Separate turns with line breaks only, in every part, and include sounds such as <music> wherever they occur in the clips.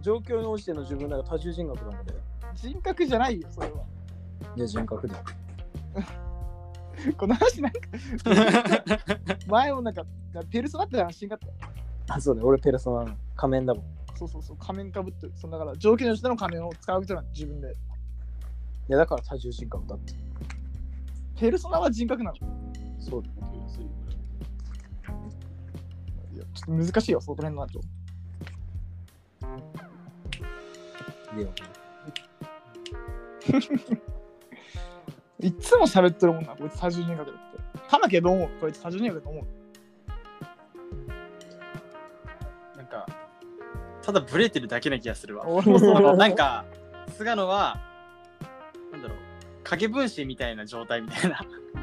状況に応じての自分だから多重人格だもんね。
人格じゃないよ、それは。
いや、人格だよ。
この話なんか、前もなんか、ペルソナって話しんかったよ。
あ、 <laughs> そうだよ、俺ペルソナの仮面だもん。い
そうそうそう、仮面かぶってる。そのだから、条件の下の仮面を使うことなん自分で。
や、だから多重人格だって。
ペルソナは人格なの。
そうだよ。
いやちょっと難しいよ、そこら辺の後。
でよ
いっつも喋ってるもんな、こいつ多重人格だって。玉木はどう思うこいつ多重人格だと思う。
なんか、ただブレてるだけな気がするわ。
俺もそう
<laughs>
思う
なんか、菅野は、なんだろう、影分身みたいな状態みたいな。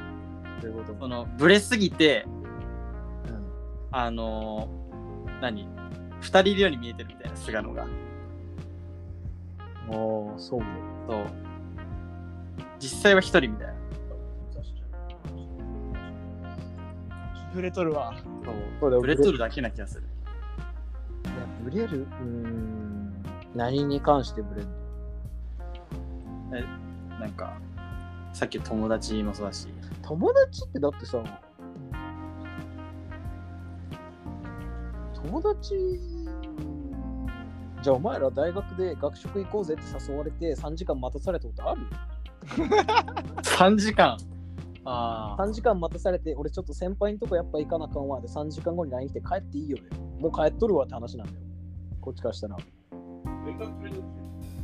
<laughs>
ということ
その、ブレすぎて、
うん
あのー、何二人いるように見えてるみたいな、菅野が。
ああ、そうだよ。
そう。実際は一人みたいな。
ブレとるわ。
そうだよ
ブレとるだけな気がする。
いやブレるうーん。何に関してブレるの
なんか、さっき友達もそうだし、
友達ってだってさ、友達、じゃあお前ら大学で学食行こうぜって誘われて3時間待たされたことある
3時間。ああ。
3時間待たされて、俺ちょっと先輩のとこやっぱ行かなあかんわで3時間後に LINE 来て帰っていいよね。もう帰っとるわって話なんだよ。こっちからしたら。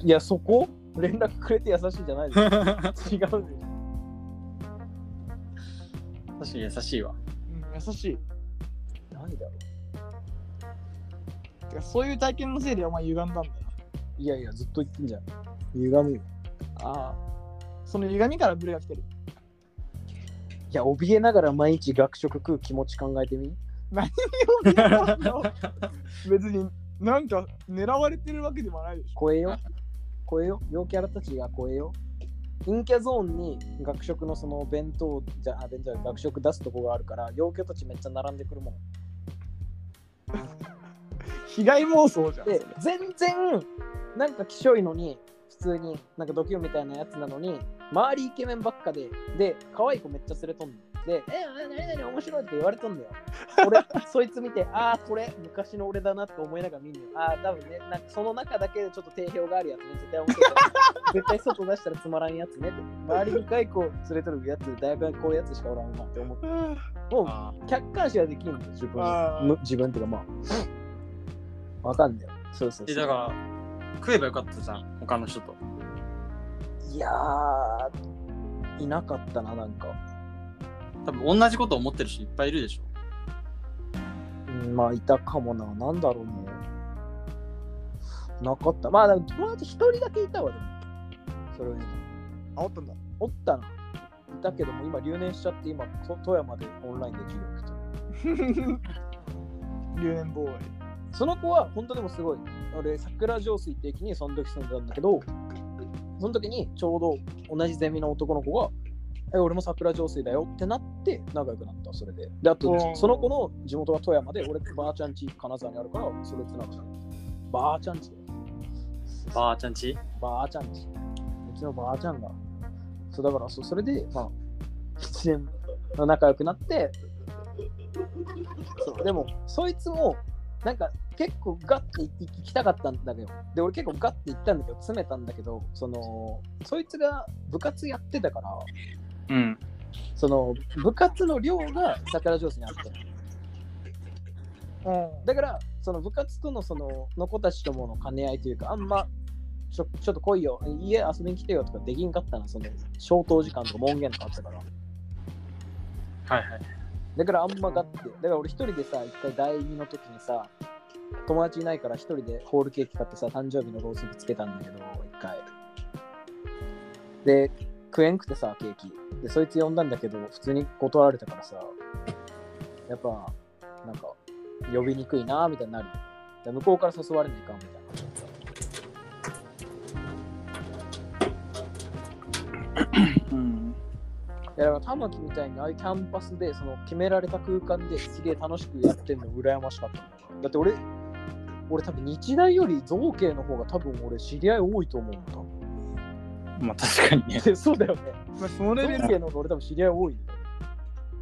いや、そこ連絡くれて優しいじゃないで
確か
す。違うね
に優しいわ。
うん、優しい。
何だろ
てか、そういう体験のせいでお前歪んだんだよ。
ういやいや、ずっと言ってんじゃん。歪みよ。
ああ。その歪みからブレが来てる。
いや、怯えながら毎日学食食う気持ち考えてみ。
別になんか狙われてるわけでもないでしょ。
超えよ。超えよ。陽キャラたちが超えよ。陰キャゾーンに学食のその弁当じゃ、あ、弁当じゃない学食出すとこがあるから、陽キャたちめっちゃ並んでくるもん。
被害妄想じゃん。
で、全然、なんかきしょいのに、普通に、なんかドキュンみたいなやつなのに、周りイケメンばっかで、で、可愛い子めっちゃ連れとんの。で、え、なになに面白いって言われとんだよ。
<laughs>
俺、そいつ見て、ああ、これ、昔の俺だなって思いながら見んのよ。ああ、多分ね、なんかその中だけでちょっと定評があるやつね、絶対面白い。
<laughs>
絶対外出したらつまらんやつねって。周りに若い子連れとるやつ、大学にこういうやつしかおらんわって思って。
うん
もう
あ
客観視はできんのよ自
あ
分む
ー
自分っていうかまあわかんないよそうそう
ーえ、
そう
だから、食えばよかったじゃん、他の人と。
いやーいなかったななんか、
多分同じこと思ってる人いっぱいいるでしょ。
うん、まあいたかもななんだろうねなかったまあでも友達一人だけいたわでもそれを言う
あおったんだ。
とおったないたけども今留年しちゃって今と富山でオンラインで授業してる
<laughs> 留年ボーイ。
その子は本当でもすごい。俺、桜上水って駅にその時住んでたんだけど、その時にちょうど同じゼミの男の子が、え、俺も桜上水だよってなって仲良くなった、それで。で、あ
おー
と、その子の地元が富山で、俺、ばあちゃんち金沢にあるから、それつながった。ばあちゃんちだよ
ばあちゃんち。
ばあちゃんち。うちのばあちゃんが。そうだからそう、それで、まあ、7年仲良くなって、そうでも、そいつも、なんか結構ガッて行きたかったんだけど、で、俺結構ガッて行ったんだけど、詰めたんだけど、その、そいつが部活やってたから、
うん。
その、部活の寮が桜上手にあって。
うん。
だから、その部活とのその、の子たちともの兼ね合いというか、あんま、ちょちょっと来いよ、家遊びに来てよとかできんかったな、その、消灯時間とか門限とかあったから。
はいはい。
だからあんまがって、だから俺一人でさ、一回第二の時にさ、友達いないから一人でホールケーキ買ってさ、誕生日のロースにつけたんだけど、一回。で、食えんくてさ、ケーキ。で、そいつ呼んだんだけど、普通に断られたからさ、やっぱ、なんか、呼びにくいなみたいになる。で向こうから誘われないかんみたいな感じだった。
うん。
いやだから玉木みたいにああいうキャンパスでその決められた空間ですげえ楽しくやってんの羨ましかったんだからだって俺俺多分日大より造形の方が多分俺知り合い多いと思うんだ多 <laughs> 分
まあ確かにね。
で <laughs> そうだよね
まあ、そのレ
造
ベル
形の方が俺多分知り合い多いんだよ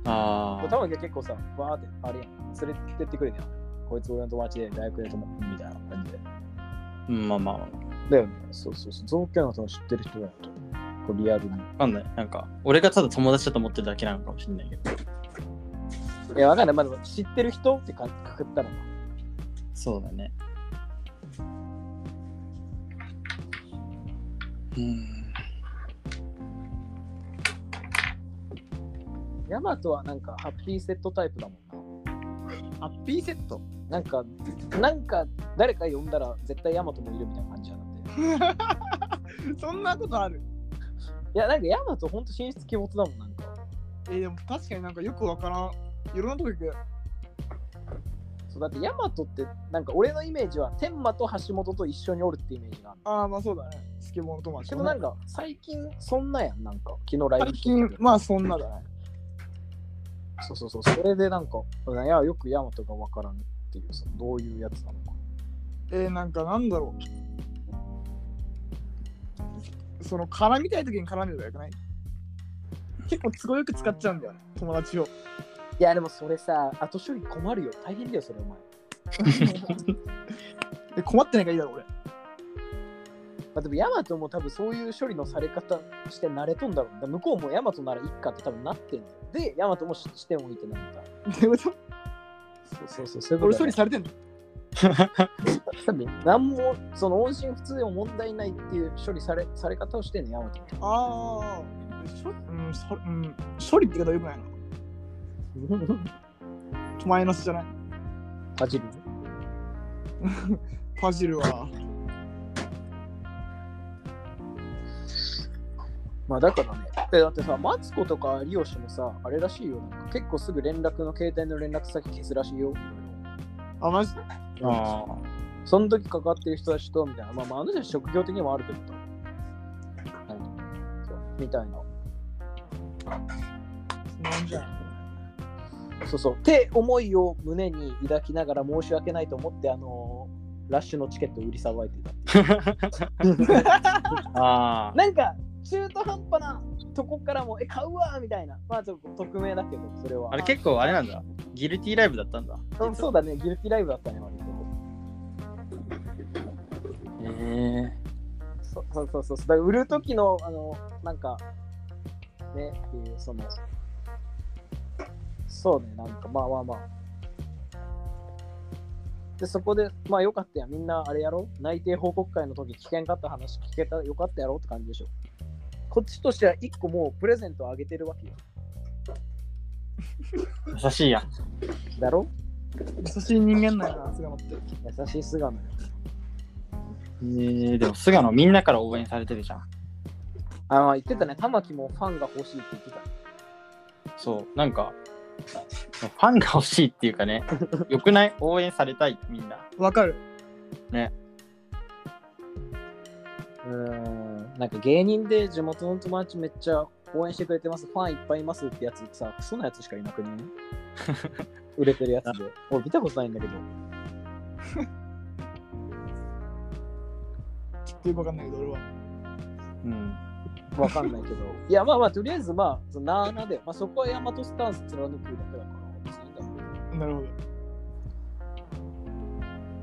あ
多分結構さバーってあれやん連れてってくれてよこいつ俺の友達で大学で友達みたいな感じで
あ。まあまあ、わ
だよねそうそうそう造形の方が知ってる人だよとこうリアルに
かんない。なんか、俺がただ友達だと思ってるだけなのかもしれないけど。
いやわかんないまだ知ってる人ってかくくったのか
そうだね。うん。
ヤマトはなんかハッピーセットタイプだもん
ハッピーセット
ななんかなんか誰か呼んだら絶対ヤマトもいるみたいな感じじゃなくて
そんなことある
いや、なんかヤマトほんと進出鬼没だもん、なんか。
えーでも確かになんかよくわからんいろんなとこ行く
そうだってヤマトって、なんか俺のイメージは天馬と橋本と一緒におるってイメージがある。
ああまあそうだねスケボーの友達
けどなんか最近そんなやん、なんか昨日ライブ
最近
て
まあそんなだね
そうそうそう、それでなんか、いや、よくヤマトがわからんっていうさ、どういうやつなのか。
えー、なんかなんだろうその絡みたい時に絡めばよくない結構都合よく使っちゃうんだよね友達 <laughs> を
いや、でもそれさ、後処理困るよ、大変だよ、それお前。
え困ってないからいいだろ俺
まあ、でもヤマトも多分そういう処理のされ方して慣れとんだろう。だから向こうもヤマトならいっかって多分なってんだよ。で、ヤマトもししておいてなんだ。
<laughs> どういうこと
そうそうそう、そういう
俺
だよ
処
ね
理されてんの
多分何もその音信不通でも問題ないっていう処理されされ方をしてんねヤマト
ああ処,、うんそうん、処理って言い方よくないの
<laughs>
マイナスじゃない
パジル
パジルは
まあだからねえだってさマツコとか有吉もさあれらしいよなんか結構すぐ連絡の携帯の連絡先消すらしいよ
あマジで
ああ。
その時かかってる人たちとみたいなまあまああの人は職業的にもあるけど多分そうみたいな
なんじゃん
そうそうって思いを胸に抱きながら申し訳ないと思ってあのーラッシュのチケットを売りさばいてた
ああ。
なんか中途半端なとこからもえ買うわみたいなまあちょっと匿名だけどそれは
あれ結構あれなんだ。ギルティーライブだったんだ。
うんそうだねギルティライブだったね割と
ええ
そそうそうそうそうだから売る時のあのなんかねっていうそのそうねなんかまあまあまあでそこでまあよかったやみんなあれやろ内定報告会の時危険かった話聞けたよかったやろって感じでしょこっちとしては1個もうプレゼントをあげてるわけよ
優しいやん。
だろ
優しい人間なんやな菅野って
優しい素顔
えー、でも菅野みんなから応援されてるじゃん。
あまあ言ってたね、玉木もファンが欲しいって言ってた。
そう、なんか、ファンが欲しいっていうか <laughs> ね、よくない応援されたい、みんな。
わかる
うーん、なんか芸人で地元の友達めっちゃ応援してくれてます、ファンいっぱいいますってやつさ、クソなやつしかいなく
<laughs>
ね売れてるやつで。俺見たことないんだけど。
ちょっとよくわかんないけど俺は
うん。
わかんないけど。いや、まあまあ、とりあえずまあ、そのなーなで、まあそこはヤマトスタンス貫くだけだから、別にいいんだよ
なるほど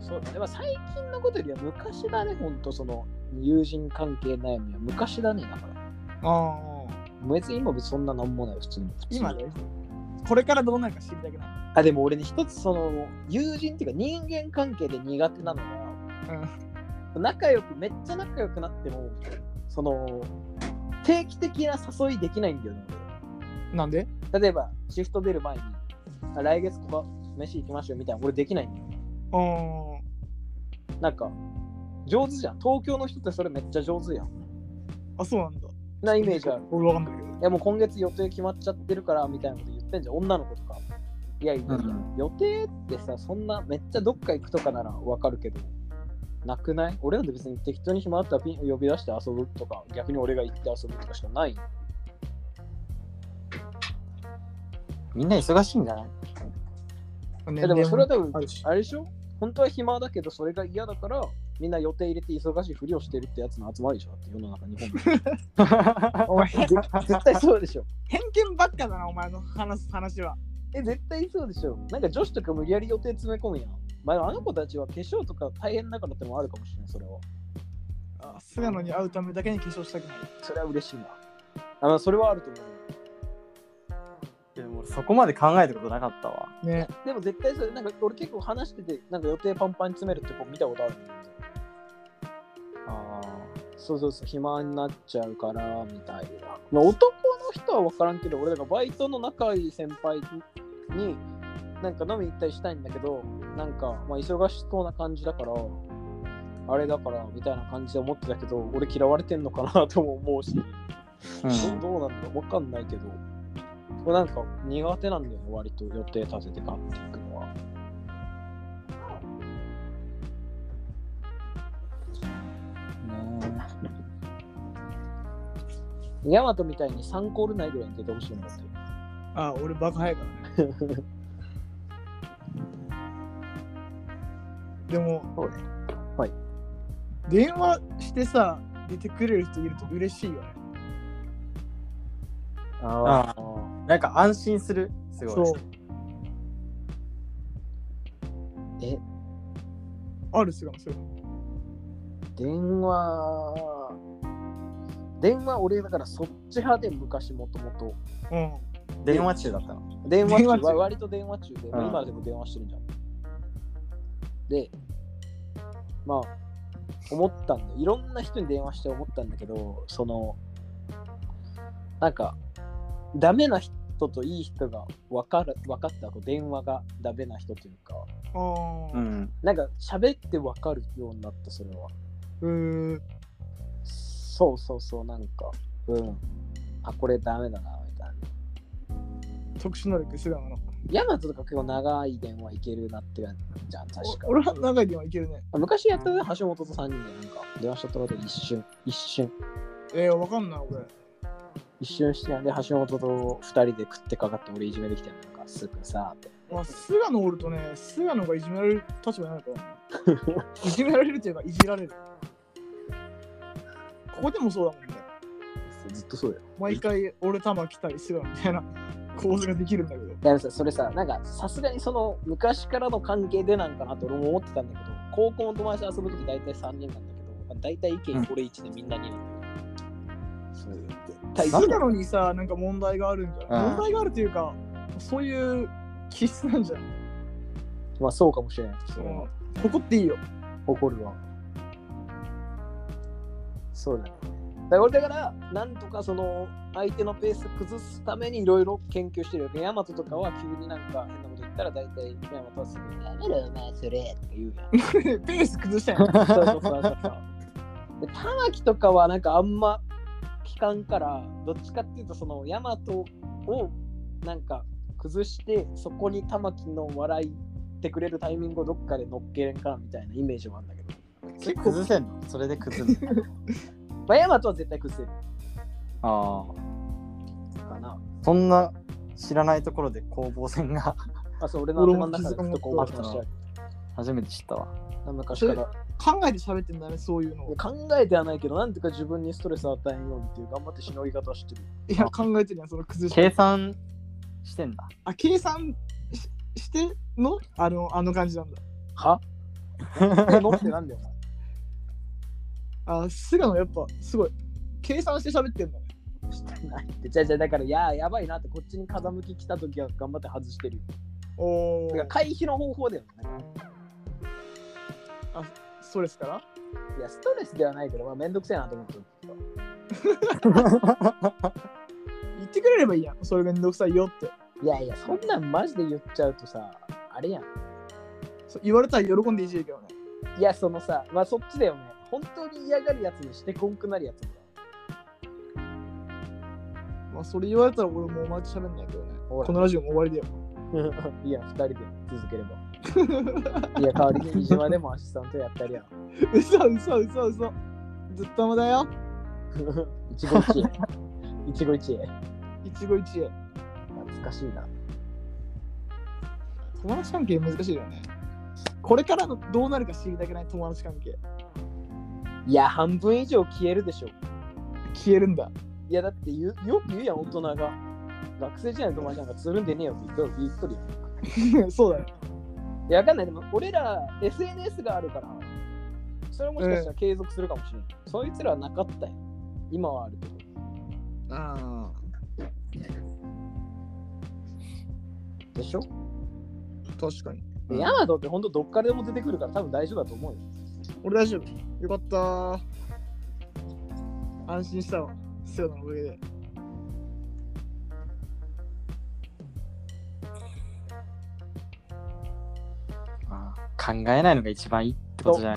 そうだね。まあ最近のことよりは昔だね、ほんとその友人関係悩みは昔だね、だから。
ああ
別に今別にそんななんもないよ、普通に。普通に
今ねこれからどうなるか知りたくない
あでも俺ね一つその友人っていうか人間関係で苦手なのが、仲良くめっちゃ仲良くなってもその定期的な誘いできないんだよね
なんで
俺例えばシフト出る前にあ来月ここ飯行きましょうみたいな俺できないんだよ
ああ
なんか上手じゃん東京の人ってそれめっちゃ上手やん
あそうなんだ
なイメージある
俺わかんないけど
いやもう今月予定決まっちゃってるからみたいなこと言ってんじゃん女の子とかいやいやいや、
うんうん
予定ってさそんなめっちゃどっか行くとかならわかるけどなくない俺なんて別に適当に暇あったらピン呼び出して遊ぶとか逆に俺が行って遊ぶとかしかない
みんな忙しいんじゃない
えでもそれは多分
あるし
あれでしょ本当は暇だけどそれが嫌だからみんな予定入れて忙しいふりをしてるってやつの集まりでしょだって世の中日本で
お前、偏
絶対そうでしょ
見ばっかだな、お前の話す話は。
え絶対そうでしょなんか女子とか無理やり予定詰め込むやんまああの子たちは化粧とか大変だからってもあるかもしれないそれは
あ菅野に会うためだけに化粧したくない。
それは嬉しいなあのそれはあると思う
でもそこまで考えたことなかったわ。
ね
でも絶対それなんか俺結構話しててなんか予定パンパンに詰めるって子見たことあるんだけど
あ
そうそうそう、暇になっちゃうからみたいな。まあ、男の人は分からんけど、俺だからバイトの仲いい先輩に、なんか飲み行ったりしたいんだけど、なんか、まあ、忙しそうな感じだから、あれだからみたいな感じで思ってたけど、俺嫌われてんのかなとも思うし、
あ、
どうどうなんだか分かんないけど、これなんか苦手なんだよね、割と予定立てて買っていくのは。
うん。ね
ヤマトみたいに3コールないぐらいに出てほしいんだって。
あ、俺バカ早いからね。でも、
そうはい
電話してさ、出てくれる人いると嬉しいよね。
あなんか安心する。すごい。
そう。
え、
ある菅野、そういう
電話電話俺だからそっち派で昔もともと
の。
電話中だったの。
電話
電話
中
中
は割と電話中で、まあ
うん
今でも電話してるじゃんでまあ思ったんだいろんな人に電話して思ったんだけどそのなんかダメな人といい人が分かる分かった後電話がダメな人というか
うん。ああ。
ん。
なんか喋って分かるようになったそれは
うーん。
そうそうそう、なんか、うん。あ、これダメだな、みたいな。
特殊能力、菅野の。
ヤマトとか結構長い電話いけるなって感じじゃん、確か
お。俺は長い電話いけるね。
昔やったね、橋本と3人でなんか、電話しちゃったこと一瞬、一瞬、
えー、わかんない、俺。
一瞬してやんで、橋本と2人で食ってかかって俺いじめできてんのなんか、すぐさーって。
まあ、菅野おるとね、菅野がいじめられる立場になるか
<laughs>
らね。いじめられるっていうか、いじられる。ここでもそうだもんね。
ずっとそうだよ。
毎回、俺玉来たり、菅野みたいな構図ができるんだけど。
いやさ、それさ、なんか、さすがにその、昔からの関係でなんかなって俺も思ってたんだけど、高校の友達と遊ぶとき大体3人なんだけど、まあ、大体意見これ1でみんな2なんだよ。そういう対
菅野にさ、なんか問題があるんじゃない
うん
問題があるというか、そういう気質なんじゃない
まあそうかもしれない。それは
うんここっていいよ。 <laughs>
怒るわ。そうだね。だから俺だから、なんとかその相手のペース崩すためにいろいろ研究してるよ。ヤマトとかは急になんか変なこと言ったら大体ヤマトはすぐ、やめろお前それとか言うやん。
ペース崩したやん。
そうそうそうそうそう。で、玉木とかはなんかあんま聞かんから、どっちかっていうとそのヤマトをなんか崩して、そこに玉木の笑いってくれるタイミングをどっかで乗っけれんかみたいなイメージもあるんだけど。
結構崩せんのそれで崩るの。
まあ、ヤマトは絶対崩
ああ。
せるかな。
そんな知らないところで攻防戦が <laughs>
あ、そう、俺の頭の中でずっとこう
俺
回ってまし
も気
づかなか
た
った
よ。
初めて知ったわ。
昔から。い
考えて喋ってんだね、そういうのを
や。考えてはないけど、なんとか自分にストレス与えんようにっていう頑張ってしのぎ方してる。
いや、考えてるやん、その崩した
計算してんだ。
あ、計算ししてのあのあの感じなんだ。
は乗ってなんだよ、
あ、菅野やっぱすごい。計算して喋ってんだね。
お前。してないって。じゃあじゃあだから、いやー、やばいなって、こっちに風向き来た時は頑張って外してるよ。
お
だから
ー、
回避の方法だよね。
ストレスから
いや、ストレスではないけど、まあ、めんどくせえなと思ってる。
言ってくれればいいやん。それめんどくさいよって。
いやいや、そんなんマジで言っちゃうとさ、あれやん。
そう言われたら喜んでいじるけどね。
いや、そのさ、まあそっちだよね。本当に嫌がるやつにしてこんくなるやつもだ。
まあ、それ言われたら俺もうお前と喋んないけどね。
ほら
このラジオも終わりだよ。
<laughs> いや、二人で続ければ。
<laughs>
いや、代わりに飯島でもアシスタントやったりやん。 <laughs>
嘘嘘嘘嘘。ずっともだよ。
一期一会。一
<laughs>
期一会。
一期一会。
懐かしいな。
友達関係難しいよね。これからのどうなるか知りたくない友達関係。
いや、半分以上消えるでしょ。
消えるんだ。 <laughs>
いや、だって言うよく言うやん、大人が。学生時代の友達なんかつるんでねえよって言っとる言っとるよ。
そうだよ。
いや、わかんない。でも、俺ら SNS があるから、それもしかしたら継続するかもしれない。そいつらはなかったよ。今はあるけど。
あ
でしょ
あ、確かに。うん
ヤマトって本当どっからでも出てくるから多分大丈夫だと思うよ。
俺大丈夫。よかった。安心したわ。セオのおかげで。
まあ考えないのが一番いいってことじゃな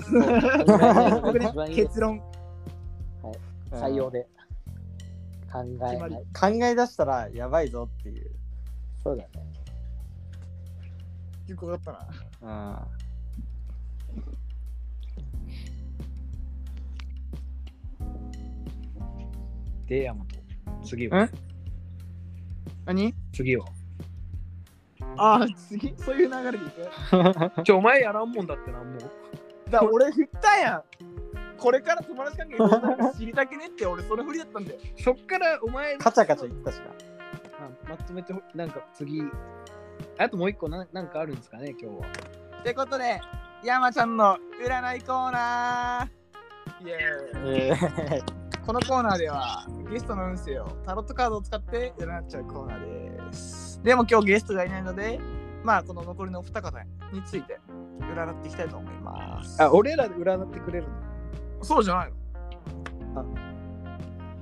<laughs>
い
僕 <laughs> ね
一番、いいよ
結論。
採用で。考え
決ま
な
り
い。
考え出したらやばいぞっていう。
そうだね。
結構よかったな。
うん。
で、ヤマト。次
ん
は
何
次は
ああ、次そういう流れでいく
ちょ、お前やらんもんだってなんも。
だから俺振ったやん。これから友達関係どうなるか知りたくねって俺それ振りだったんだよ。
そっからお前の
カチャカチャ言ってたしな。
あまとめてほ、なんか次。あともう一個ななんかあるんですかね、今日は。
ってことで、山ちゃんの占いコーナーイエー
えー、
イこのコーナーではゲストの運勢をタロットカードを使って占っちゃうコーナーです。でも今日ゲストがいないので、まあこの残りのお二方について占っていきたいと思います。
あ、俺らで占ってくれるの
そうじゃないの
あ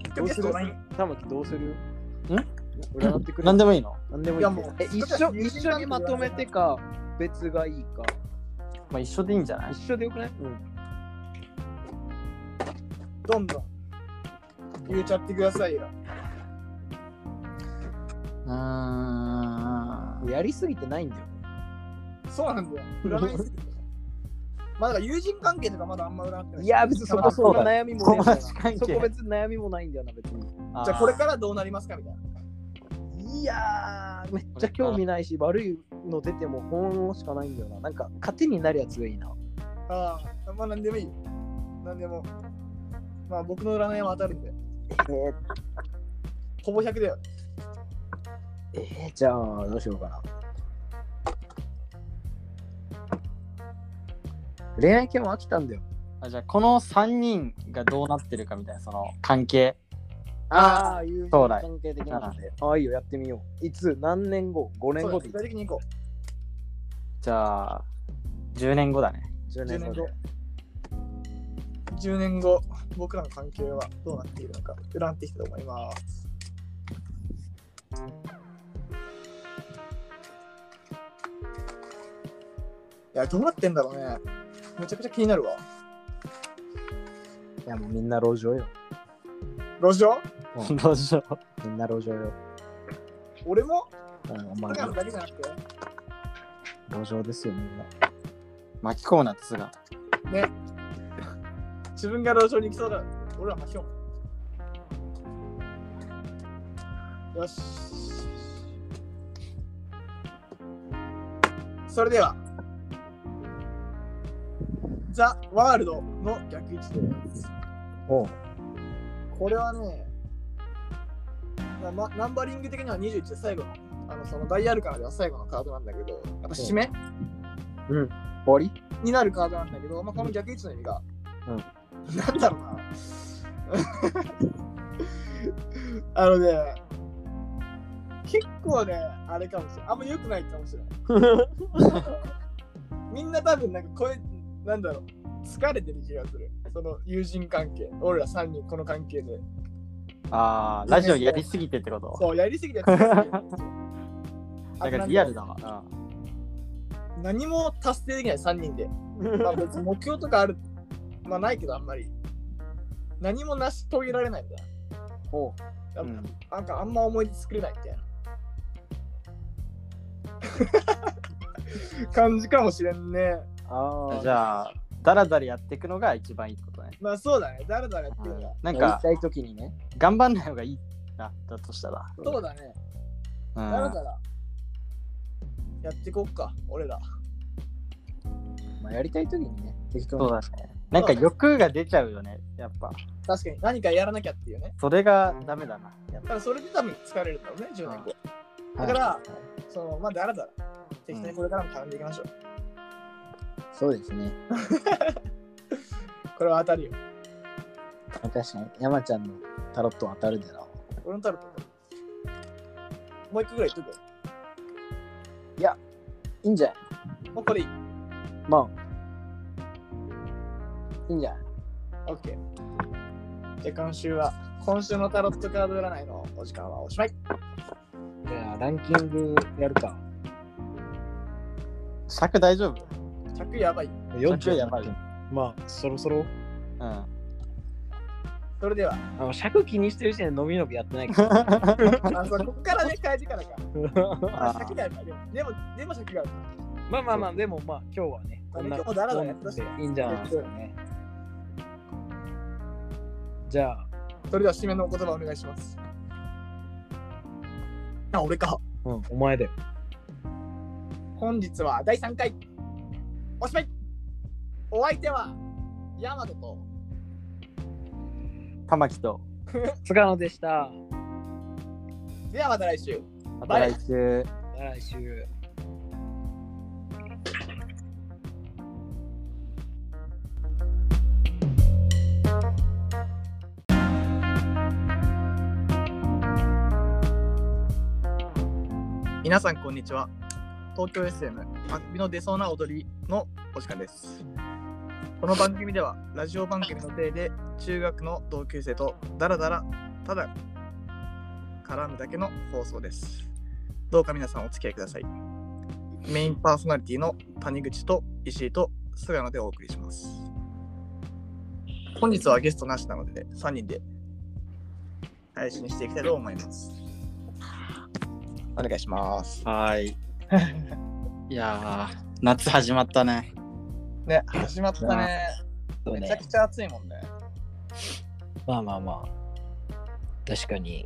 今日ゲストがいない
玉木どうする
ん
占ってくれる
何でもいいの
なんでもい
い
い
や
け
も
ど
う
え一緒一緒にまとめてか、別がいいか。
まあ一緒でいいんじゃない
一緒でよくないうん。
どんどん入れちゃってくださいよ。
うーん。
やりすぎてないんだよ。
そうなんだよ。占いすぎてまあだから友人関係とかまだあんま占ってない。
いや、別にそこそこ悩みもねえんだよ
友達関係
なそこ別に悩みもないんだよな、別に。
じゃあこれからどうなりますかみたいな。
いやー、めっちゃ興味ないし、悪いの出ても本物しかないんだよな。なんか、糧になるやつがいいな。
ああ、まあなんでもいい。なんでも。まあ僕の占いは当たるんで。ほぼ100だよ。
えー、じゃあ、どうしようかな。恋愛系も飽きたんだよ。
あじゃあこの3人がどうなってるかみたいなその関係
ああ、いう
将来
関係的なので。ああ、いいよ、やってみよう。いつ、何年後 ?5 年
そう
後
だ
でい
具
い
体的に行こ
じゃあ10年後だね
10
う。10
年
年
後
後
で。。
10年後、僕らの関係はどうなっているのか、占っていきたいと思います。いや、どうなってんだろうね。めちゃくちゃ気になるわ。
いや、もうみんな路上よ。
路上
う
どうしよう
みんな路上よ。
俺も
うん、お
高
前
野だけじゃなくて。
路上ですよ、みんな。
<laughs> 巻き込むなってすが
自分が路上に行きそうだ。俺ら巻き込む。よし。それでは、ザ・ワールドの逆位置です。
おう
これはね、ま、ナンバリング的には21で最後の、あのそのダイヤルからでは最後のカードなんだけど、やっぱ締め
終わ
になるカードなんだけど、まあ、この逆位置の意味が、なんだろうな。あのね、結構ね、あれかもしれない。あんま良くないかもしれ
<laughs>
ない。みんな多分、なんかこれ、なんだろう、疲れてる気がする。その友人関係、俺ら3人この関係で。
あーラジオやりすぎてってこと
そう、やりすぎて疲れてる
<laughs> だからリアルだわ、うん
何も達成できない3人で。まあ別に目標とかある、まあないけどあんまり。何も成し遂げられないんだ。
ほ
な
うん
なんかあんま思い出作れないみたいな。 <laughs> 感じかもしれんね。
ああ、
じゃあだらだらやっていくのが一番いいってことね
まあそうだね。誰だらやってるから。
なん
や
か
りたいときにね。
頑張んない方がいいなだとしたら、
そうだね。
うん
誰だらやってこっか、俺ら。
まあ、やりたい時にね、適当
そう
に。
だね。なんか欲が出ちゃうよね、やっぱ。
確かに何かやらなきゃっていうね。
それがダメだな。やっ
だからそれで多分疲れるんだろうね、10年後。だから、そのまあだらだら、適当にこれからも絡んでいきましょう。
そうですね。
これは当たるよ。
確かに、山ちゃんのタロットは当たるでな。
俺のタロットだもう一個ぐらい言っと
いいんじゃない
くもうこれいい。
まあ、いいんじゃない
オッケー。じゃあ今週は、今週のタロットカード占いのお時間はおしまい。
じゃあ、ランキングやるか。
尺大丈夫
着やばい。
尺やばい。
まあ、そろそろ。
うん。
それでは、
あの尺気にしてる時点で伸び伸びやってない
<laughs>
から。
あそうここからね、変えてからか。
あ
尺がやっぱりでも、でも尺がある。
まあまあまあ、でもまあ、今日はね、こんな
今日もだらだらやってましたね
いいんじゃないですかね。じゃあ、
それでは、締めのお言葉お願いします。あ、俺か。
うん、お前だよ。
本日は第3回。おしまいお相手は、ヤマトと。
玉木と。
菅野でした。
ではまた来週。
また来週。
また来週。
皆さんこんにちは東京 SM あくびの出そうな踊りのお時間ですこの番組ではラジオ番組の体で中学の同級生とダラダラただ絡むだけの放送ですどうか皆さんお付き合いくださいメインパーソナリティの谷口と石井と菅野でお送りします本日はゲストなしなので3人で配信していきたいと思いますお願いします
<laughs> はい。いやー、夏始まったね。
ね、始まったね。めちゃくちゃ暑いもんね。
まあまあまあ。確かに。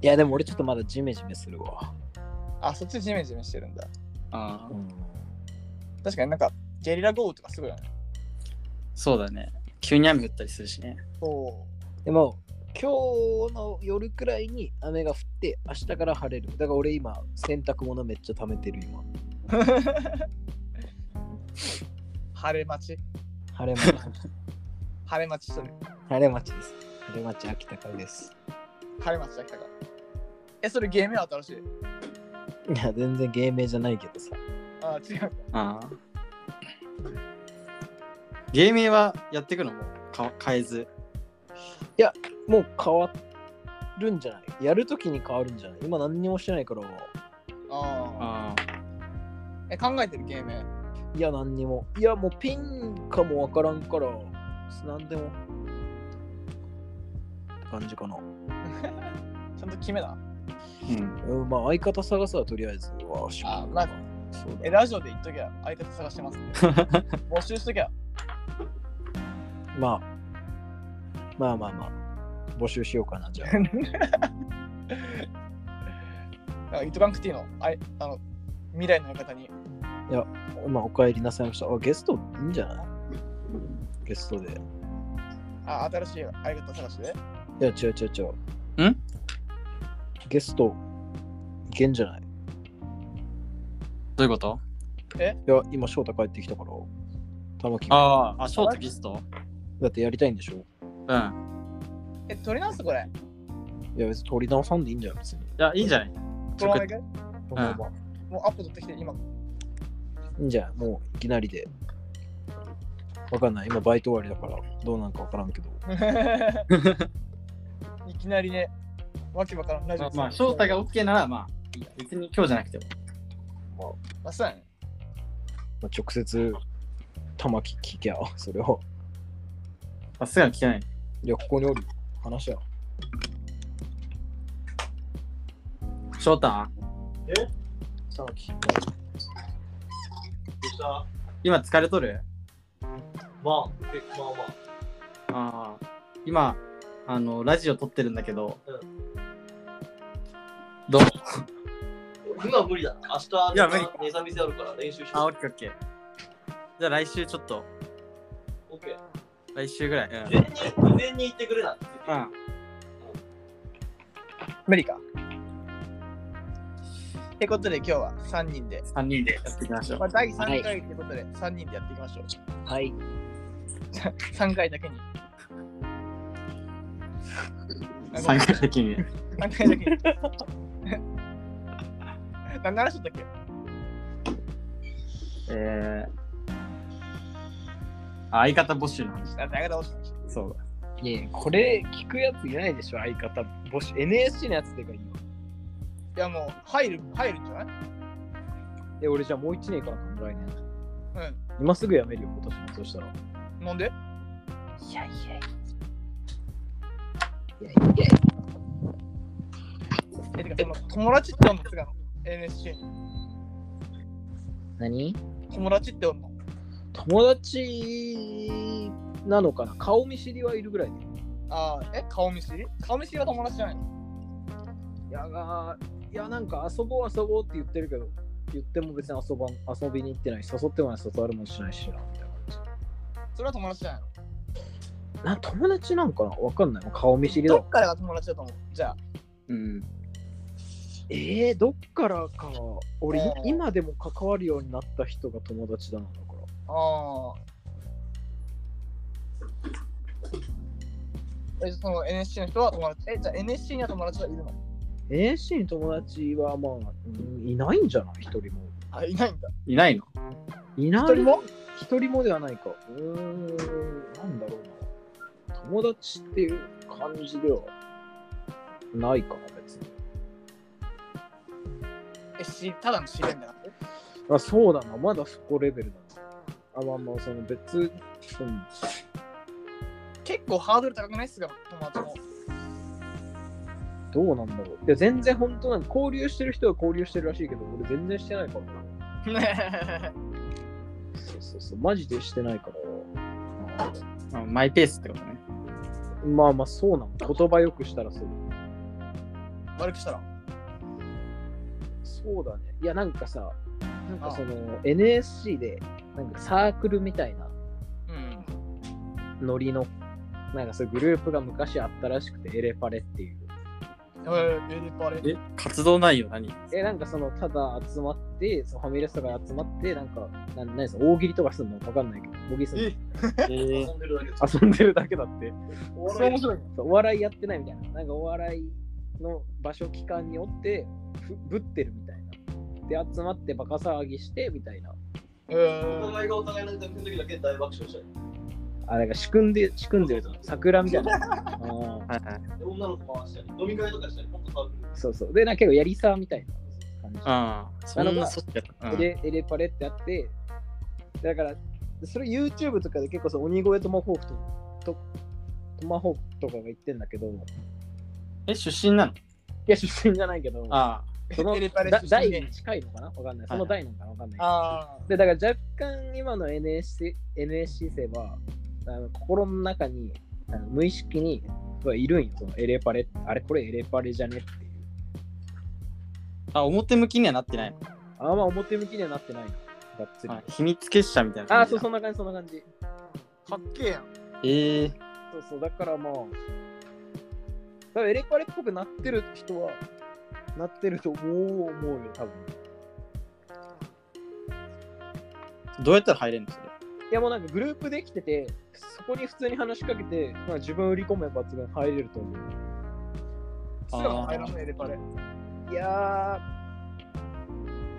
いや、でも俺ちょっとまだジメジメするわ。
あ、そっちジメジメしてるんだ。
あ
うん。
確かになんか、ゲリラ豪雨とかすごいよね。
そうだね。急に雨降ったりするしね。
そ
でも、今日の夜くらいに雨が降って、明日から晴れる。だから俺今、洗濯物めっちゃ溜めてる今。
う。晴れ待ち
晴れ待ち。
晴れ待ちしてる。
<laughs> 晴れ待ちです。晴れ待ち秋田からです。
晴れ待ちだったから。え、それゲームは新しい。
いや、全然芸名じゃないけどさ。
あ、違う。
ああ。芸名はやっていくのもか変えず。
もう変わるんじゃないやるときに変わるんじゃない今何にもしてないから。
ああ。
あ
え、考えてるゲーム。
いや、何にも。いや、もうピンかもわからんから、何でも。って感じかな。
ちゃんと決めな。
あ。うん。
うん、まあ、相方探すはとりあえずはし
あ、まあ、
そう
え、
だ。
ラジオで言っときゃ、相方探してます <laughs> んで。募集しときゃ。
まあ、まあまあまあ、募集しようかな、
<laughs>
じゃあ。
なんか言っとかんくていいの。あい、あの、未来の方に。
まあ、お帰りなさいました。あ、ゲストいいんじゃないゲストで。い
あ、新しい相方探しで。
や、違う違う違う。
ん
ゲスト、いけんじゃない
どういうこと
いや、今、翔太帰ってきたから。玉木が
ああ、あ、ショートゲスト
だってやりたいんでしょ
うん。
え、取り直すこれ。
いや、別に取り直さんでいいんじゃない別に。
いや、いいんじゃない
このままいく
まあまあまあ
もうアップ取ってきて、今。
いいんじゃん、もういきなりで。わかんない、今バイト終わりだから、どうなんかわからんけど。
<laughs> いきなりね、わけわからん。ラジ
まあ
オ、
まあ、翔太が OK なら、まあ、いいや別に今日じゃなくても。
まあ、そうやね。
まあ、直接、玉木聞きゃ、それを。
さすがに聞けない。
いや、ここにおる話や。
翔太
玉木。
今疲れとる
まあ、えまあまあ。
ああ。今、あの、ラジオ撮ってるんだけど、
う
どう
今は無理だな。明日、
いや無理
寝覚めせあるから練習し
あ、
よ
オ
う。
ッケーオッケー。じゃあ来週ちょっと、
オッケー。
来週ぐらい。うん。
事前に、事前に言ってくれな。
うん
無理か。ってことで今日は3人で、
3人でやっていきましょう
ま。あ、第3回ってことで3人でやっていきましょう。
はい。
3回だ
<laughs>
けに。
参加的に。
三回だけに。 <laughs> 何の話だったっけ
<laughs> えー、あ相方募集の話。
あ、長田し
そうだ。
ねえこれ聞くやついないでしょ、相方。募集 NSC のやつでかいよ。
いやもう、入る、入るんじゃない
え、俺じゃあもう一年から考えね。
うん。
今すぐやめるよ、今年も。そうしたら。
なんで
いやいやいや。いやい
え、てかその友達っておんの菅野 ?NSC に。
何
友達っておんの
友達なのかな顔見知りはいるぐらいで。
ああ、え、顔見知り顔見知りは友達じゃないの
いやが、いや、なんか遊ぼう遊ぼうって言ってるけど、言っても別に遊ばん遊びに行ってないし、誘ってもないし、誘われもしないしな、みたいな感
それは友達じゃないの
じ。な、友達なんかなわかんない。顔見知りだ
ど。っからが友達だと思うじゃあ、
うん。
えー、どっからか。俺、い
うん
今でも関わるようになった人が友達だな、だから。
ああ。え、その NSC の人は友達。え、じゃあ NSC には友達がいるの
NSC に友達はまあ、うんいないんじゃない一人も。
あ、いないんだ。
いないの
いない。
一人も
一人もではないか。うーん、なんだろうな。友達っていう感じではないかな、別に。
え、しただの知り合いみたいな。
あそうだな、まだそこレベルだな。あ、まあまあ、その別、うん、
結構ハードル高くないっすが、友達も。
どうなんだろう。いや、全然本当なんか交流してる人は交流してるらしいけど、俺全然してないからな。そうそうそう、マジでしてないから。
あマイペースってことね。
まあまあ、そうなの。言葉よくしたらそう。
<laughs> 悪くしたら。
そうだね。いや、なんかさ、なんか
ああ
その NSC で、なんかサークルみたいな
うん。
ノリの、なんかそういうグループが昔あったらしくて、エレパレっていう。
えー、エリパレ。
え、活動内容何
え、なんかその、ただ集まって、そのファミレスとかで集まって、なんか、な何です大喜利とかするのわかんないけど、大喜利する
えー、
遊んでるだけで。
の遊んでるだけだって。
お
それ
笑い
面白いね。
そうお笑いやってないみたいな。なんかお笑いの場所、期間によって、ふぶってるみたいな。で、集まってバカ騒ぎして、みたいな。
えー、
お互いがお互いの学の時だけ大爆笑したり。
あ、なんか仕組んで、仕組んでると、桜みたいな。あー
はいはい。
で女の子回したり、飲み会とかしたり、もっとサークル。
そうそう。で、なんか結構やりさみたいな感じ。
ああ、そ
なの
ん
が
なそっちやった。う
エ
ん、
レエレパレってあって、だから、それ YouTube とかで結構その鬼越トマホークととトマホークとかが言ってんだけど、い
え、出身なの
や、出身じゃないけど、
あ
その
エレパレ
だ
出身
台
芸
に
人
近いのかなわかんない。
は
そ
い
の台なのかなわかんない。
あ
で、だから若干今の NSC, NSC 生はあの心の中にあの無意識にいるんよ、そのエレパレ。あれこれエレパレじゃねっていう。
あ、あ、表向きにはなってないの。
あんま表向きにはなってないの。がっつり。
あ秘密結社みたいな
あ
感
あ、
じ
そ
だ。
う、そんな感じ、そんな感じ。
ー、かっけえやん。
えー、
そうそう、だからまあ、多分エレパレっぽくなってる人は、なってると思う思うよ、多分。
どうやったら入れるんですか
いやもうなんかグループできてて、そこに普通に話しかけて、まあ、自分売り込めば自分入れると思
菅野入らんのエレパレ。
う。いや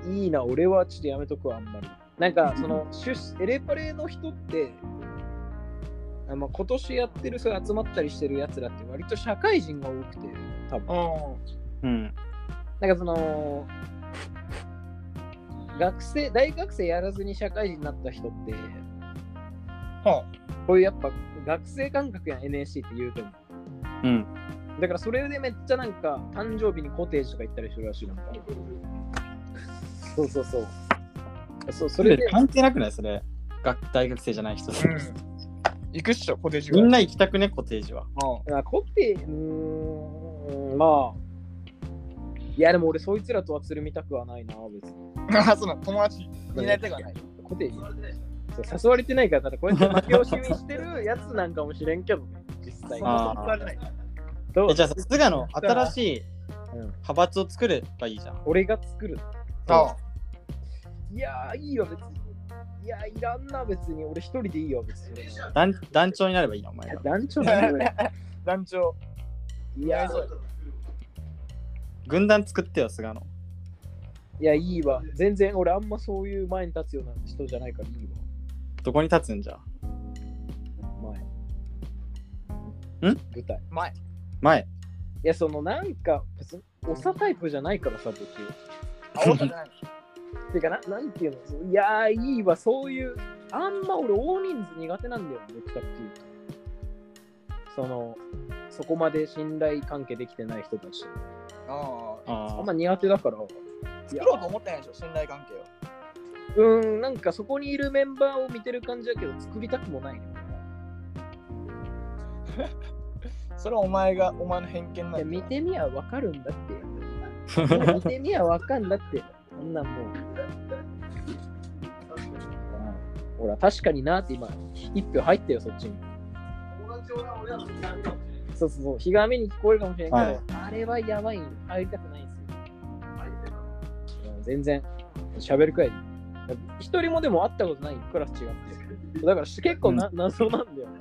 ー、いいな、俺はちょっとやめとくわ、あんまり。なんか、そ <laughs> の、出エレパレの人って、あまあ、今年やってる、それ集まったりしてるやつらって、割と社会人が多くて、多分。
う
うん。
なんかその、学生、大学生やらずに社会人になった人って、
は
こういうやっぱ学生感覚やん、NSC って言うても。
うん。
だからそれでめっちゃなんか、誕生日にコテージとか行ったりするらしい、なんか。そうそうそう。そう、そ
そ
れ
れ
で、
関係なくないそれ。学大学生じゃない人。
ん。うん。行くっしょ、コテージ
みん
が。
な行きたくね、コテージは。
うん
あコテージ、うーん、まあ。いや、でも俺、そいつらとはつるみたくはないな、別に。
<laughs> あ、そうなの友達になりたくはない。
コテージ
言われてないし。
そう誘われてないから、ただこうやって負け惜しみしてるやつなんかもしれんけどね、実際
そ
に。
も
あ
そも座れない。
どう
えじゃあさ、菅野、新しい
うん
派閥を作ればいいじゃん。
俺が作る。
あ
いやー、いいよ、別に。いやー、いらんな、別に。俺一人でいいよ、別に。
団団長になればいいな、お前が。
団長だよ、ね、
団長。
いやー、
軍団作ってよ、菅野。
いや、いいわ。全然俺、あんまそういう前に立つような人じゃないから、いい
どこに立つんじゃ
わ。前。
ん
舞台。
<laughs>
前。
いや、その、なんか、別に、おさタイプじゃないからさ、僕。
あ、おじゃない。
てかな、なんていうのそういやー、いいわ、そういう、あんま俺、大人数苦手なんだよ、どっちかっていうと。その、そこまで信頼関係できてない人たち。
<laughs> ああ。
あ
あ
あ
んま苦手だから。
作ろうと思ってないでしょ、信頼関係を。
うーん、なんかそこにいるメンバーを見てる感じだけど、作りたくもないね。
それはお前が、お前の偏見
い
な
や
んだ
見
よ。
てみやわかるんだって。見てみやわかんだって。そんなんもう。ほら、確かになって今、一票入ったよ、そっちに。そうそうそう、ひがみに聞こえるかもしれんけど、
はい
あれはやばいんよ入りたくないんですよ。うん全然、喋るくらいで。一人もでも会ったことないクラス違って。だからし結構な、謎なんだよね。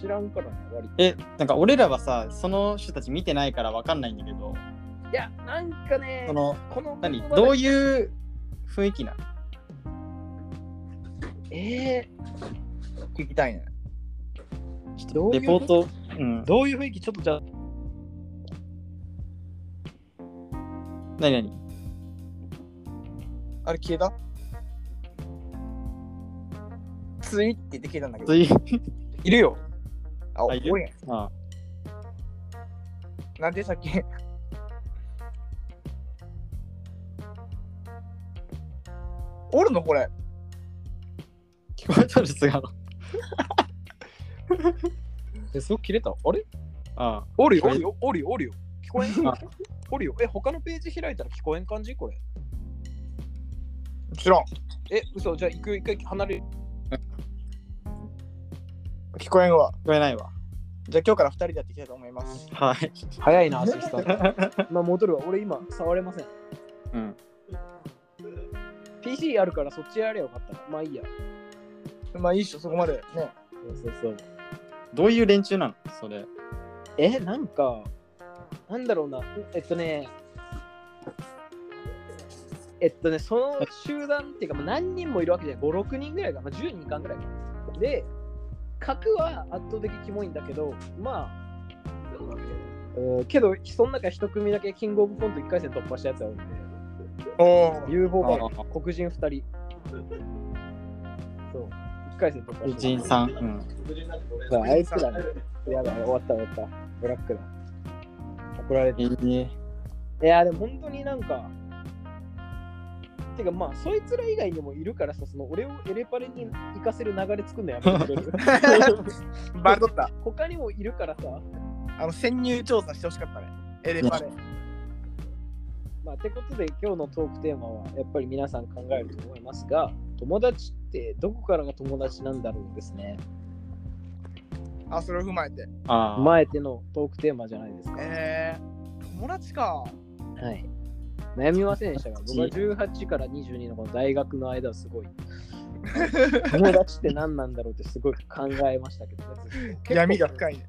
知らんからね、割と。
え、なんか俺らはさ、その人たち見てないから分かんないんだけど、
いや、なんかね、
その、
この
何
言葉だけ
どういう雰囲気なの
え
聞きたいね。
ー、ちょっとどうい
レ
う
ポート、うん。
どういう雰囲気ちょっとじゃあ
何何 <laughs>
あれ消えたついって言って消えたんだけど。
そういう。
いるよ。あ、お
あ
い
いる
やん。
あ
なんでさっき。おるのこれ。
聞こえとる、菅野。
えそう切れたあれ
あ
おるよ
聞
お
こえ
るよおるよおるよ聞こえん
あ
おるよえ他のページ開いたら聞こえん感じこれ
知らん。
え嘘じゃあ行く一回離れる
聞こえんわ。
聞こえないわ。
じゃあ今日から二人でやっていきたいと思います。
はい。
早いなアシスタント
まあ戻るわ。俺今、触れません。
うん。
PC あるからそっちやれよかったら。まあいいや。
まあいいっしょ、そこまで。ね。
そうそうそう。
どういう連中なのそれ。
え、なんか、なんだろうな。えっとね、えっとね、その集団っていうか、まあ、何人もいるわけじゃない。5、6人ぐらいか、まあ、10人かぐらいか。で、核は圧倒的にキモいんだけど、まあ、うんけど、その中一組だけキングオブコント1回戦突破したやつがおるんで、
おー
u
あ
f バ
ー
黒人2人。そう、1回戦突破
黒
した。
人さん。うん。
そうあいつらね。やばい、終わった終わった。ブラックだ。怒られて
え
る。
ー
いや、でも本当になんか、てかまあ、そいつら以外にもいるからさ、その俺をエレパレに行かせる流れ作るのやめてくれる。
バレとった。
他にもいるからさ、
あの、潜入調査してほしかったね。エレパレ。
まあ、てことで今日のトークテーマはやっぱり皆さん考えると思いますが、友達ってどこからが友達なんだろうですね。
あ、それを踏まえて。
あー
前てのトークテーマじゃないですか。
えー、友達か。
はい。悩みませんでしたが、僕は18から22のこの大学の間はすごい、 <laughs> 友達って何なんだろうってすごい考えましたけどね、ずっと
<laughs> 闇が深いね。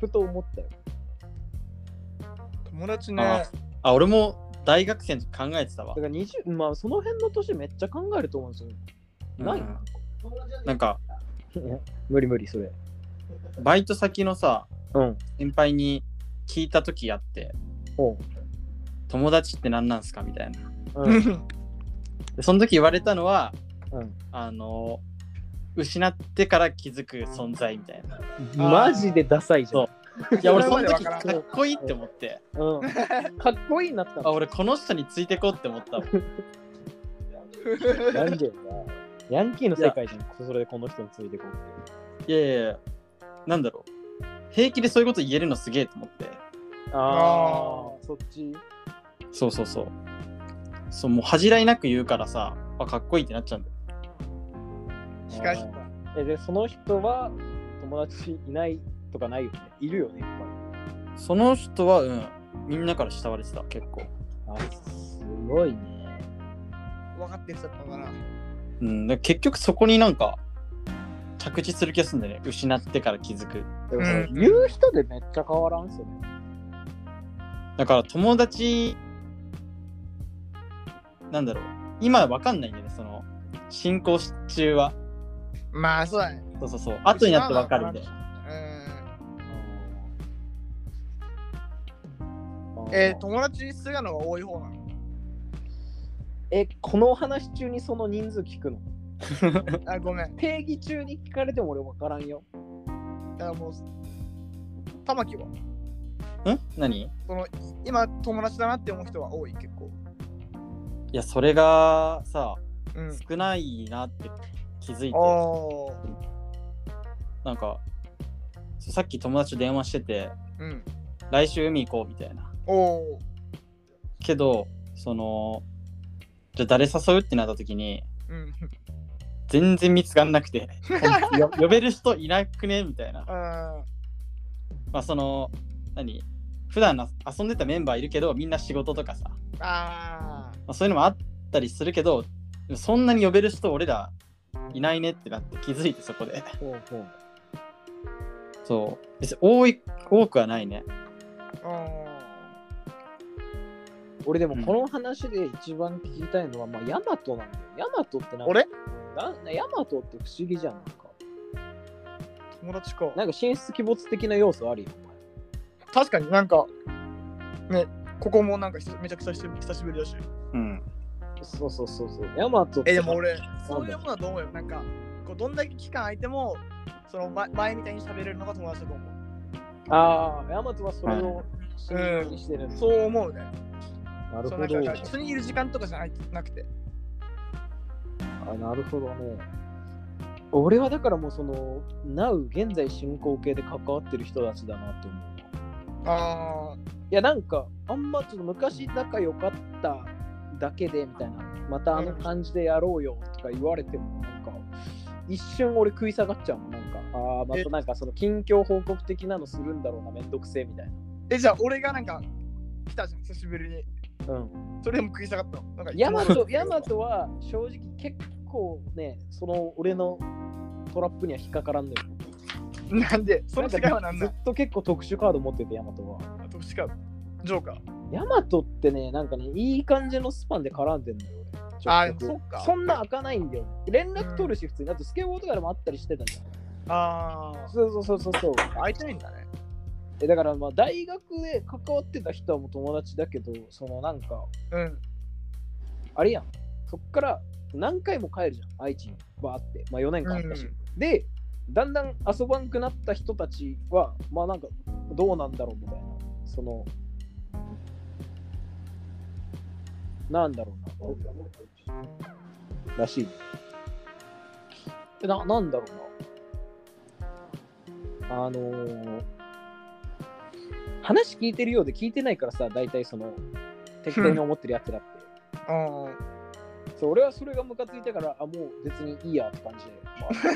ふと思ったよ。
友達
あ
ね。
あ、俺も大学生の時考えてたわ
だか。ら20、まあその辺の年めっちゃ考えると思うんですよ。ない
うんなんか、
無理無理それ。
バイト先のさ、
うん。
先輩に聞いた時あって、
おう
友達って何なんすかみたいな。
うん
<laughs>
で、その時言われたのは、
うん
あの、失ってから気づく存在みたい
<laughs>
な。
マジでダサいじゃん。
いや、俺
そ
そ
れまでわ
の時
から
か
ん
っこいいって思って、
うん、かっこいいなった
あ、
の。
俺この人についてこうって思ったもん。
なんでよなヤンキーの世界じゃん。それでこの人についてこうって。
いやいやいや、なんだろう。平気でそういうこと言えるのすげえと思って。
ああ、そっち。
そうそうそう。そう、もう恥じらいなく言うからさ、あ、かっこいいってなっちゃうんだよ。
聞かせた。
えでその人は友達いないとかないよねいるよねいっ
その人は、うん、みんなから慕われてた、結構。
ぱいあすごいね
分かってきちゃったのかな。
うん、だから結局そこになんか、着地する気がするんだよね。失ってから気づく。
でもそれ
うん
言う人でめっちゃ変わらんっすよね
だから友達、なんだろう。今わかんないんだよね、その、進行し中は。
まあそうだね。
そうそうそう。後になってわかるみたいな。
う
あ
ん。
ー
えー、友達にすがのが多い方なの。
えこの話中にその人数聞くの
あ、ごめん。
定義中に聞かれても俺分から
<laughs>
んよ
だからもう、玉木は、
ん何い
その、今友達だなって思う人は多い、結構。
や、それがさ、
うん。
少ないなって気づいて、
ああ。
なんか、そうさっき友達と電話してて、
うん。
来週海行こうみたいな。
おお。
けど、その、じゃあ誰誘うってなった時に、
うん。
全然見つかんなくて、 <laughs> よ呼べる人いなくねみたいな。
あ
まあその、何普段な遊んでたメンバーいるけど、みんな仕事とかさ、ま
ーあ
あ、そういうのもあったりするけど、でもそんなに呼べる人俺らいないねってなって気づいてそこで。
ほうほう
そう。別に多い、多くはないね。
ー。あ
俺でもこの話で一番聞きたいのは、まあヤマトなんだよヤマトってなんか
俺
なヤマトって不思議じゃんなんか
ー友達か。
なんか神出鬼没的な要素あるよお前
確かになんか、ね、ここもなんかひめちゃくちゃ久しぶり久しぶりだし。
うん。
そうそうそうそう。ヤマトって
え、でも俺、そういうものだと思うよ。なんか、こうどんだけ期間空いても、その前前みたいに喋れるのが友達だと思う。
ああ、ヤマトはそれを信用にしてるんだ。
そう思うね。
なる
そ
ほ
うなんか
ど。
一緒にいる時間とかじゃないなくて。
あなるほどね。俺はだからもうその、Now 現在進行形で関わってる人たちだなと思う。
あ
いや、なんか、あんまちょっと昔仲良かっただけでみたいな、またあの感じでやろうよとか言われても、なんか、一瞬俺食い下がっちゃうもん。なんか、ああ、またなんかその近況報告的なのするんだろうな、めんどくせえみたい
ー。え、じゃあ俺がなんか、来たじゃん、久しぶりに。
な。うん。
それでも食い下がったの。なんか
ヤマト、ヤマトは正直結構ね、その俺のトラップには引っかからんのよ。
なんで、その
か
違いはなん
ず
だ
っと結構特殊カード持ってて、ヤマトは。
どっちか、ジョーカー。
ヤマトってね、なんかね、いい感じのスパンで絡んでんのよ、俺。
あー
直接
でもそっか
んな開かないんだよ。連絡取るし、普通に。あとスケボーとかでもあったりしてたじゃ
あ
ん。そうそうそうそうそう。
あ。空いてないんだね。
えだからまあ、大学で関わってた人はもう友達だけど、そのなんか、
うん。
あれやん。そっから何回も帰るじゃん、愛知に。バーって。まあ4年間あったし。で、だんだん遊ばんくなった人たちは、まあなんか、どうなんだろうみたいな、その、なんだろうな、らしいね。でな、なんだろうな。あのー話聞いてるようで聞いてないからさ、大体その、適当に思ってるやつらって。
う
そう俺はそれがムカついたから、あ、もう別にいいやって感じ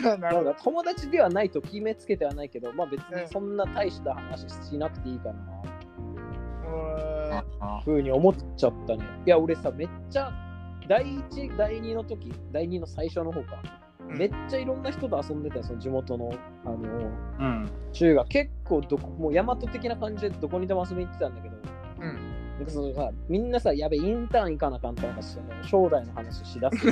で。まあ
<laughs> ん。なる
な
ほ
ん
ど。
か友達ではないと決めつけてはないけど、まあ別にそんな大した話しなくていいかな、ふうに思っちゃったね。いや、俺さ、めっちゃ、第1、第2の時、第2の最初の方か、
うん
めっちゃいろんな人と遊んでたよ、その地元の、あの、
うん。
中学、結構どこ、もう大和的な感じでどこにでも遊びに行ってたんだけど、 <laughs>
うん。
なんかそのさ、みんなさ、やべ、インターン行かなあかんとか、その将来の話しだす。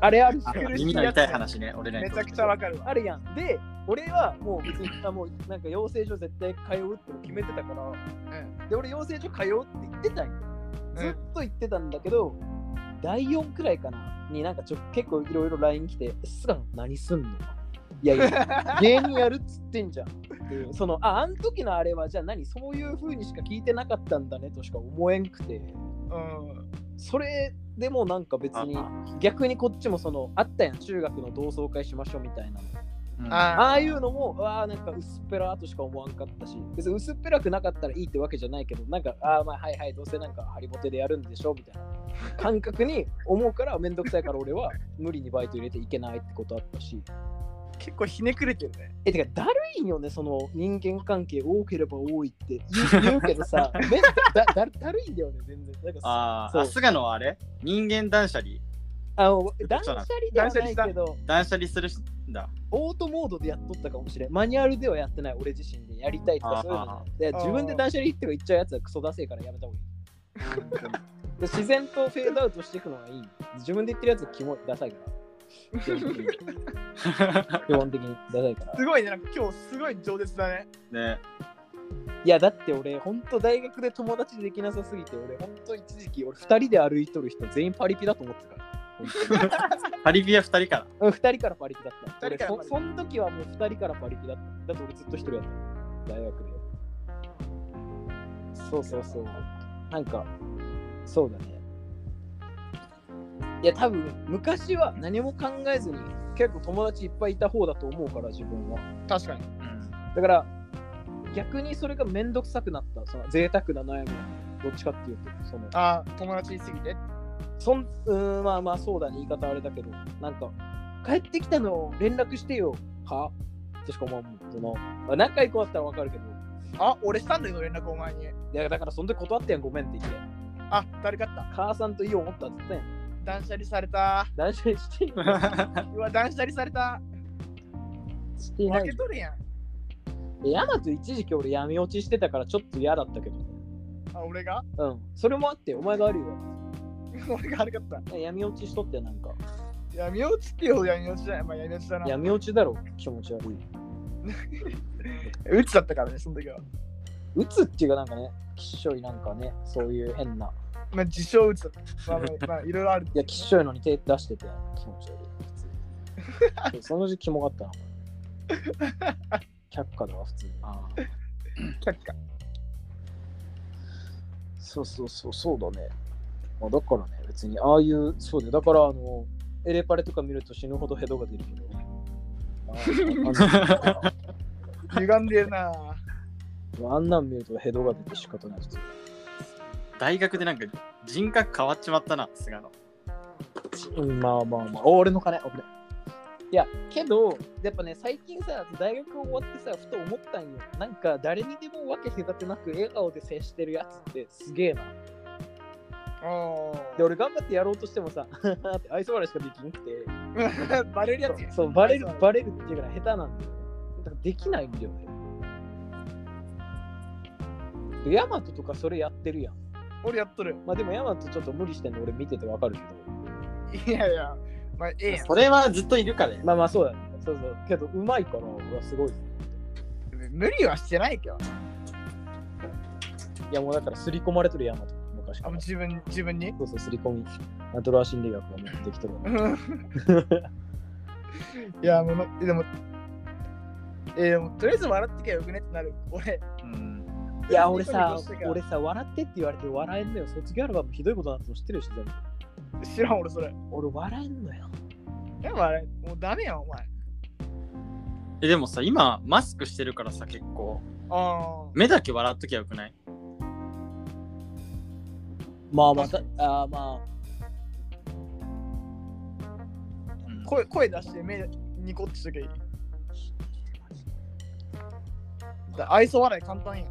あれあ
<laughs>
るし、
<laughs> 耳の痛い話ね、俺らに
め
と
ち
っ
ゃ
て
くちゃわかるわ。
あるやん。で、俺はもう別に、あもうなんか養成所絶対通うって決めてたから、
ん
で、俺養成所通うって言ってたんよ。
ん
ずっと言ってたんだけど、第4くらいかな、になんかちょ結構いろいろ LINE 来て、すが何すんのいやいや、芸人やるっつってんじゃんっていう。その、あ、あん時のあれは、じゃあ何、そういう風にしか聞いてなかったんだねとしか思えんくて、
うん。
それでもなんか別に、逆にこっちもその、あったやん、中学の同窓会しましょうみたいなの。
うん
あ
ああいうのも、ああ、なんか薄っぺらとしか思わんかったし、別に薄っぺらくなかったらいいってわけじゃないけど、なんか、ああ、まあ、はいはい、どうせなんかハリボテでやるんでしょみたいな感覚に思うから、めんどくさいから俺は無理にバイト入れていけないってことあったし。
ー結構ひねくれてるね。
え、てか、だるいよね、その人間関係多ければ多いって言う言うけどさ、めんだだだるいんだよね、全然。なんか
あ
そう
あ、菅野はあれ人間断捨離
あの断捨離ではないけど、
断捨離するんだ。
オートモードでやっとったかもしれん。マニュアルではやってない俺自身でやりたいとかそういうのじゃないで
あー
自分で断捨離って言っちゃうやつはクソだせえからやめた方がいい。で自然とフェードアウトしていくのがいい。自分で言ってるやつはキモい、ダサいから。基本的
<laughs>
に基本的にダサいから。
すごいね、なんか今日すごい饒舌だね。
ね。
いや、だって俺、ほんと大学で友達できなさすぎて、俺、ほんと一時期、俺2人で歩いとる人全員パリピだと思ってたから。
パリピア2人から。
うん、2人からパリピだった。
二人からパ
俺そ
リピ
そん時はもう2人からパリピだった。だって俺ずっと一人やった。大学で。そうそうそう。なんか、そうだね。いや、多分昔は何も考えずに、結構友達いっぱいいた方だと思うから、自分は。
確かに。
うん
だから、逆にそれがめんどくさくなった。その贅沢な悩みは。どっちかっていうと、その、
ああ、友達いすぎて。
そんうーんまあまあそうだね言い方あれだけどなんか帰ってきたの連絡してよはとしか思わんもんそのまあ仲良くあったらわかるけど
あ、俺したんだよ、連絡お前に。
いやだからそんで断ってやんごめんって言って
あ、誰かった。
母さんとイオン思ったっつったやん
断捨離された。
断捨離して
<laughs> うわ、断捨離された。
してな
負
い
けとるやん。
えヤマト一時期俺闇落ちしてたからちょっと嫌だったけど
あ、俺が <laughs>
うんそれもあってお前があるよ
俺が悪かった。
闇落ちしとってなんか
闇落ちっていうほど闇落ちじゃない。まあ闇落ちだな。
闇落ちだろ気持ち悪い
打つだったからね、その時は。
打つっていうかなんかねきっしょいなんかねそういう変な
まあ自称打つだった。まあまあ、まあ、いろいろある。
いや、きっしょいのに手出してて、気持ち悪い。普通にその時キモかったな。 <laughs> 却下だわ、普通に。
あ
却下。
そうそうそう、そうだね。まあ、だからね、別に、ああいう、そうね、だから、あの、エレパレとか見ると死ぬほどヘドが出るけど。 <laughs> ああ
歪んでるな。
あんあんなん見るとヘドが出て仕方ない普通
ー大学でなんか人格変わっちまったな、菅野。
うん、まあまあまあ、俺の金、俺。いや、けど、やっぱね、最近さ、大学終わってさ、ふと思ったんよ。なんか、誰にでも分け隔てなく笑顔で接してるやつってすげえな。
お
で、俺頑張ってやろうとしてもさ、 <laughs> って愛想笑いしかできなくて、
ー <laughs> バレるやつや。
そう、バレる
愛想、
バレるっていうから下手なんだよね。だからできないんだよね。でヤマトとかそれやってるやん。
俺やっとる。
まあでもヤマトちょっと無理してんの俺見ててわかるけど。
いやいや。まあ、ええやん。
それはずっといるからよ。
まあまあそうだね。そうそう。けど、うまいから、俺はすごい。
無理はしてないけど。
いやもうだから刷り込まれてる山と昔
あ
か
もう
ら。
自分、自
<laughs>
分に。
そうそう、刷り込み。アドラー心理学が持ってきてる。
いや、もうま、でも、えー、でもとりあえず笑ってけばよくねってなる。俺、
うん。
いや、俺さ
ニコニコしてから、
俺さ、笑ってって言われて笑えんのよ。卒業アルバムひどいことになっても知ってるし、全部。
知らん、俺それ。
俺笑えんのよ。
え、笑い。もうダメやん、お前。
えでもさ、今マスクしてるからさ、結構。
あ
目だけ笑っときゃよくない
まあまた、あーま
あ、
うん
声声出して目ニコってしとけばいい。だ愛想笑い簡単やん。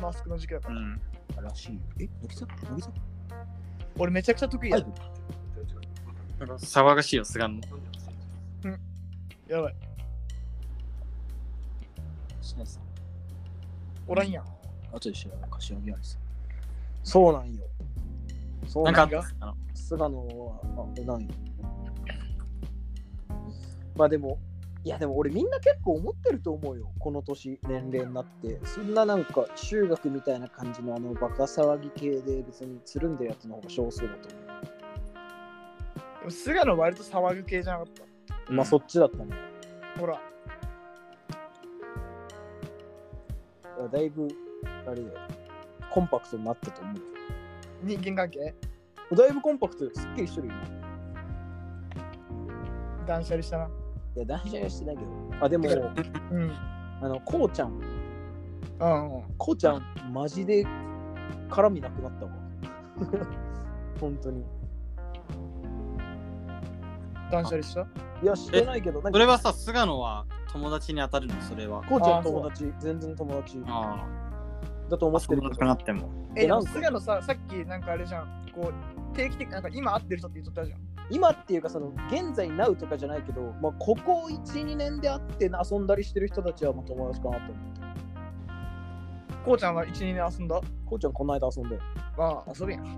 マスクの時期だか
う
ら。
ん。
あ、らしいよ。え、乃木さん乃木さん
俺めちゃくちゃ得意やん。
なんか騒がしいよ、菅野。
やばい。
しないさん。
おらんやん。
あとで調べよう。柏木アリス。そうなんよ。そう
なん
よ
かあった菅野
菅野は、あ、ない。まあでも、いやでも俺みんな結構思ってると思うよ。この年、年齢になって。そんななんか中学みたいな感じのあのバカ騒ぎ系で別につるんでるやつの方が少数だと思
でも菅野割と騒ぐ系じゃなかっ
う。まあそっちだったね。
た。ほら、
だいぶ、あれだよ。コンパクトになったと思
人間関係
う。だいぶコンパクトよすっきりしてるよ。
断捨離したな。
いや、断捨離はしてないけど。あ、でも、
うん。
あの、こうちゃん、
うんうん。
こうちゃん、マジで絡みなくなったわ。 <laughs> 本当に。
断捨離した
いや、してないけど、なん
そ
か、
れはさ、菅野は友達に当たるの、それは。
こうちゃ
あ
ん
そう
友達、全然友達
あ
だと思
あ、
って
友
るけ
達
ど
くなっても。
え、
え
でも
なんか
菅野さ、さっきなんかあれじゃん、こう、定期的、なんか今会ってる人って言っとったじゃん。
今っていうか、その、現在、なうとかじゃないけど、まあ、ここ1、2年で会って遊んだりしてる人たちは、まあ、友達かなと思う。
こうちゃんは1、2年遊んだ
こうちゃん、この間遊んで。
まあ、遊びやん。
い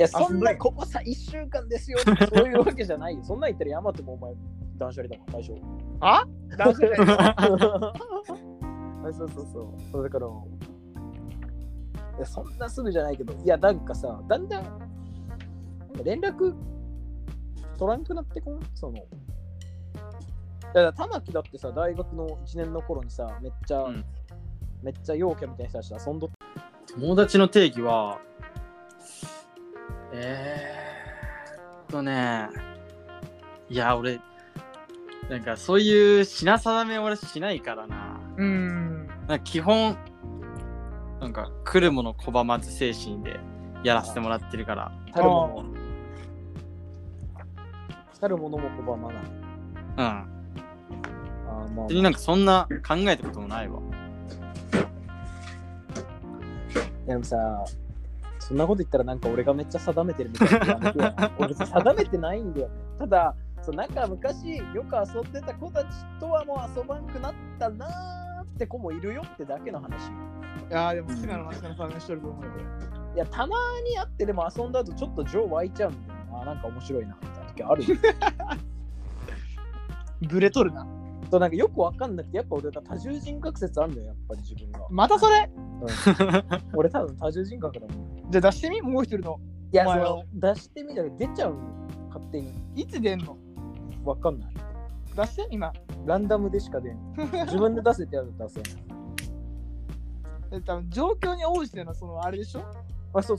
や、そんな、ここさ、1週間ですよって、そういうわけじゃないよ。そんなん言ったら、ヤマトもお前、断捨離だもん、最初。
断捨離
<laughs>
だよ
あそうそうそう。そうだから、いやそんなすぐじゃないけど、いや、なんかさ、だんだん、なんか連絡取らんくなってこんその。だから、玉木だってさ、大学の1年の頃にさ、めっちゃ、
うん
めっちゃ陽キャみたいな人たちと遊んどっ
友達の定義は、えーっとね、いや、俺、なんかそういう品定め俺しないからな。
うーん。
なんか基本、なんか来るもの拒まず精神でやらせてもらってるから。
たるもの、たるものも拒まない。
うん。
あーまあ
別になんかそんな考えたこともないわ。
いやでもさ、そんなこと言ったらなんか俺がめっちゃ定めてるみたいなやめてよ。俺別に定めてないんだよね。ただ、そうなんか昔よく遊んでた子たちとはもう遊ばんくなったなーって子もいるよってだけの話。
いやーでも菅野の菅野さんが一人と思うよ。
いや、たまに会ってでも遊んだ後ちょっと情湧いちゃうんだよな。あなんか面白いなみたいな時あるよ。
ブレとるな。
となんかよくわかんなくて、やっぱ俺が多重人格説あるんだよ、やっぱり自分が。
またそれ
俺多分多重人格だもん。
じゃあ出してみもう一人の。
いや、
お
そ
前は
の出してみたら出ちゃうの勝手に。
いつ出んの
わかんない。
出して今。
ランダムでしか出ん。自分で出せてやると出せん。
え多分状況に応じてのそのあれでしょ
あ、そうそう